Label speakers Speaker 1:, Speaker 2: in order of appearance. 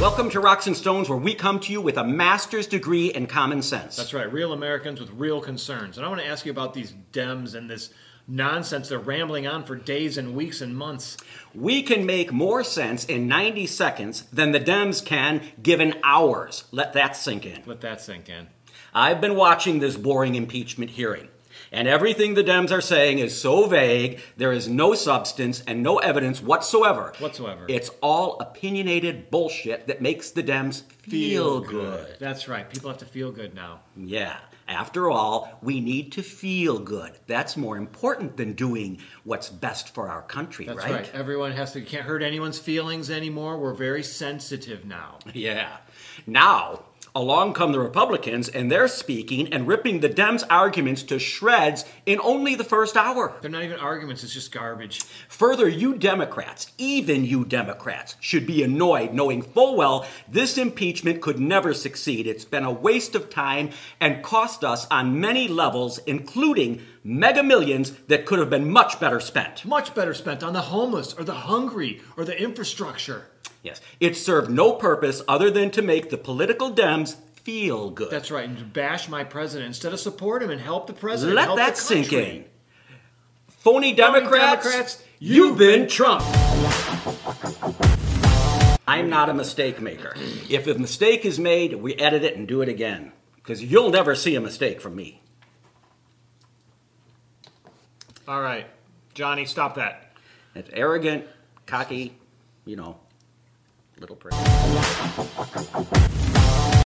Speaker 1: Welcome to Rocks and Stones, where we come to you with a master's degree in common sense.
Speaker 2: That's right, real Americans with real concerns. And I want to ask you about these Dems and this nonsense they're rambling on for days and weeks and months.
Speaker 1: We can make more sense in 90 seconds than the Dems can given hours. Let that sink in.
Speaker 2: Let that sink in.
Speaker 1: I've been watching this boring impeachment hearing. And everything the Dems are saying is so vague, there is no substance and no evidence whatsoever.
Speaker 2: Whatsoever.
Speaker 1: It's all opinionated bullshit that makes the Dems feel, good.
Speaker 2: That's right, people have to feel good now.
Speaker 1: Yeah. After all, we need to feel good. That's more important than doing what's best for our country,
Speaker 2: That's right. Everyone has to, you can't hurt anyone's feelings anymore. We're very sensitive now.
Speaker 1: Yeah. Now, along come the Republicans, and they're speaking and ripping the Dems' arguments to shreds in only the first hour.
Speaker 2: They're not even arguments, it's just garbage.
Speaker 1: Further, you Democrats, even you Democrats, should be annoyed knowing full well this impeachment could never succeed. It's been a waste of time and cost us on many levels, including mega millions that could have been much better spent.
Speaker 2: Much better spent on the homeless or the hungry or the infrastructure.
Speaker 1: Yes, it served no purpose other than to make the political Dems feel good.
Speaker 2: That's right, and to bash my president instead of support him and help the president.
Speaker 1: Let
Speaker 2: help
Speaker 1: that
Speaker 2: the
Speaker 1: sink
Speaker 2: country.
Speaker 1: in. Phony Democrats,
Speaker 2: Democrats,
Speaker 1: you've been Trump. I'm not a mistake maker. If a mistake is made, we edit it and do it again. Because you'll never see a mistake from me.
Speaker 2: All right, Johnny, stop that.
Speaker 1: It's arrogant, cocky, you know, little prick.